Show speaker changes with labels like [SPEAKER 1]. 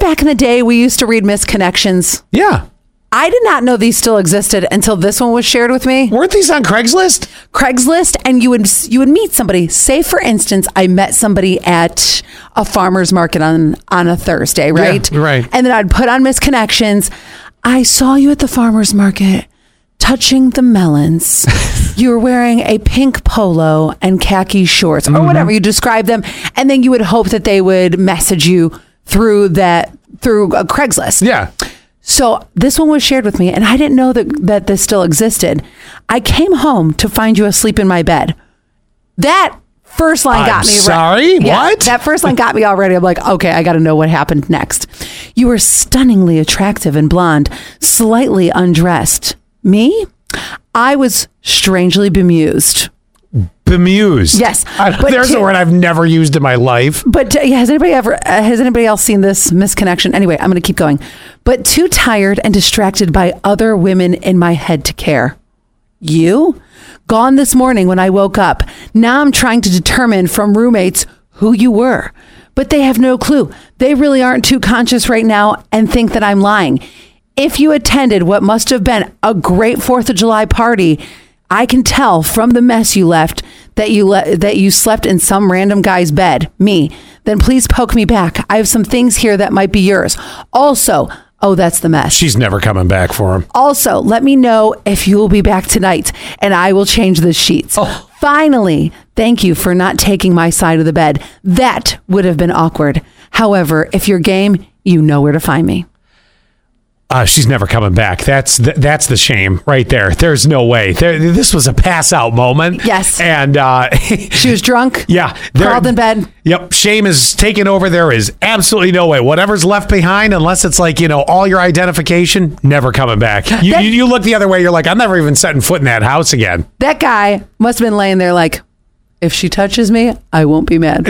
[SPEAKER 1] back in the day, we used to read misconnections.
[SPEAKER 2] Yeah.
[SPEAKER 1] I did not know these still existed until this one was shared with me.
[SPEAKER 2] Weren't these on Craigslist?
[SPEAKER 1] Craigslist, and you would you would meet somebody. Say, for instance, I met somebody at a farmer's market on on a Thursday, right?
[SPEAKER 2] right.
[SPEAKER 1] And then I'd put on misconnections. I saw you at the farmer's market touching the melons. you were wearing a pink polo and khaki shorts, or whatever you describe them, and then you would hope that they would message you through that through a Craigslist.
[SPEAKER 2] Yeah.
[SPEAKER 1] So this one was shared with me, and I didn't know that, that this still existed. I came home to find you asleep in my bed. That first line
[SPEAKER 2] I'm
[SPEAKER 1] got me.
[SPEAKER 2] sorry?
[SPEAKER 1] Yeah,
[SPEAKER 2] What?
[SPEAKER 1] That first line got me already. I'm like, okay, I got to know what happened next. You were stunningly attractive and blonde, slightly undressed. Me? I was strangely bemused.
[SPEAKER 2] Bemused.
[SPEAKER 1] Yes,
[SPEAKER 2] I-
[SPEAKER 1] but
[SPEAKER 2] there's
[SPEAKER 1] to-
[SPEAKER 2] a word I've never used in my life.
[SPEAKER 1] But uh, yeah, has anybody ever uh, has anybody else seen this misconnection? Anyway, I'm going to keep going. But too tired and distracted by other women in my head to care. You gone this morning when I woke up. Now I'm trying to determine from roommates who you were, but they have no clue. They really aren't too conscious right now and think that I'm lying. If you attended what must have been a great 4th of July party, I can tell from the mess you left that you le- that you slept in some random guy's bed, me. Then please poke me back. I have some things here that might be yours. Also, oh that's the mess.
[SPEAKER 2] She's never coming back for him.
[SPEAKER 1] Also, let me know if you will be back tonight and I will change the sheets. Finally, thank you for not taking my side of the bed. That would have been awkward. However, if you're game, you know where to find me.
[SPEAKER 2] Uh, she's never coming back. That's th- that's the shame right there. There's no way. There, this was a pass out moment.
[SPEAKER 1] Yes.
[SPEAKER 2] And uh,
[SPEAKER 1] She was drunk.
[SPEAKER 2] yeah, there-
[SPEAKER 1] Crawled in bed.
[SPEAKER 2] Yep, shame is taking over. There is absolutely no way. Whatever's left behind, unless it's like you know all your identification, never coming back. You,
[SPEAKER 1] That-
[SPEAKER 2] you, you look the other way. You're like, I'm never even setting foot in that house again.
[SPEAKER 1] That guy must have been laying there like, if she touches me, I won't be mad.